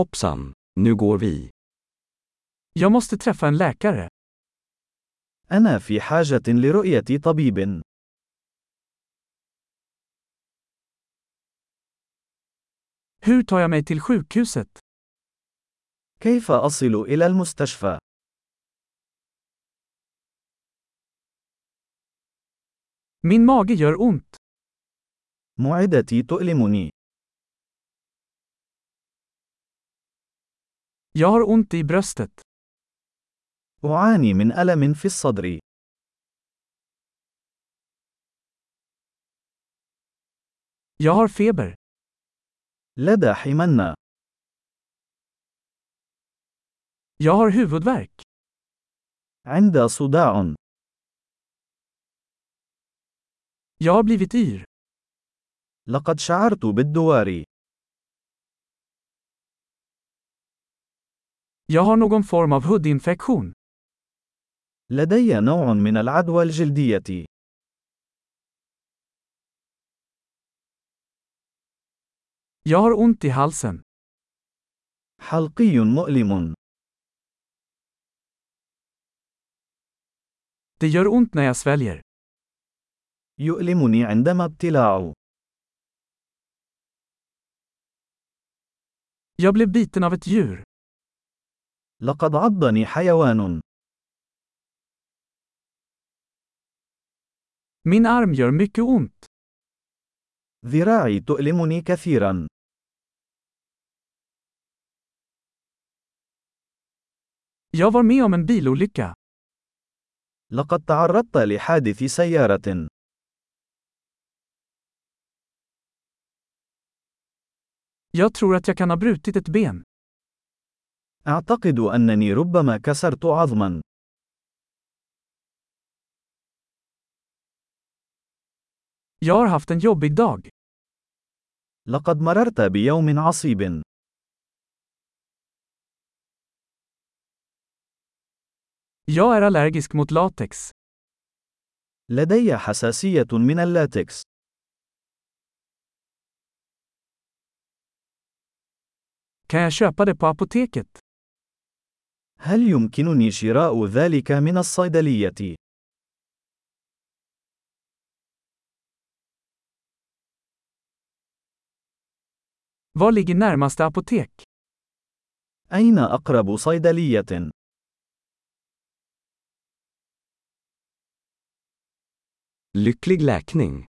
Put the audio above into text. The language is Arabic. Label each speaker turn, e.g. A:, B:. A: Hoppsan, nu går vi.
B: Jag måste träffa en läkare.
C: أنا في حاجة لرؤية طبيب.
B: Hur tar jag mig till sjukhuset?
C: كيف أصل إلى المستشفى؟
B: Min mage gör ont.
C: معدتي تؤلمني.
B: Jag har ont i bröstet.
C: أعاني من ألم في الصدر.
B: Jag har feber.
C: لدى حمنة.
B: Jag har huvudvärk.
C: عند صداع.
B: Jag har blivit yr.
C: لقد شعرت بالدوار.
B: Jag har någon form av hudinfektion.
C: لدي نوع من العدوى الجلدية.
B: Jag har ont i halsen.
C: حلقي مؤلم.
B: Det gör ont när jag sväljer.
C: يؤلمني عندما ابتلاع.
B: Jag blev biten av ett djur.
C: لقد عضني حيوان.
B: Min arm gör mycket ont.
C: ذراعي تؤلمني كثيرا.
B: Jag var med om en bilolycka.
C: لقد تعرضت لحادث سيارة.
B: Jag tror att jag kan ha brutit ett ben.
C: أعتقد أنني ربما كسرت عظما.
B: Jag har haft en jobbig dag.
C: لقد مررت بيوم عصيب.
B: Jag är allergisk mot latex.
C: لدي حساسية من اللاتكس.
B: Kan jag köpa det på apoteket?
C: هل يمكنني شراء ذلك من الصيدلية؟
B: Var ligger närmaste apotek?
C: أين أقرب صيدلية؟
A: Lycklig läkning!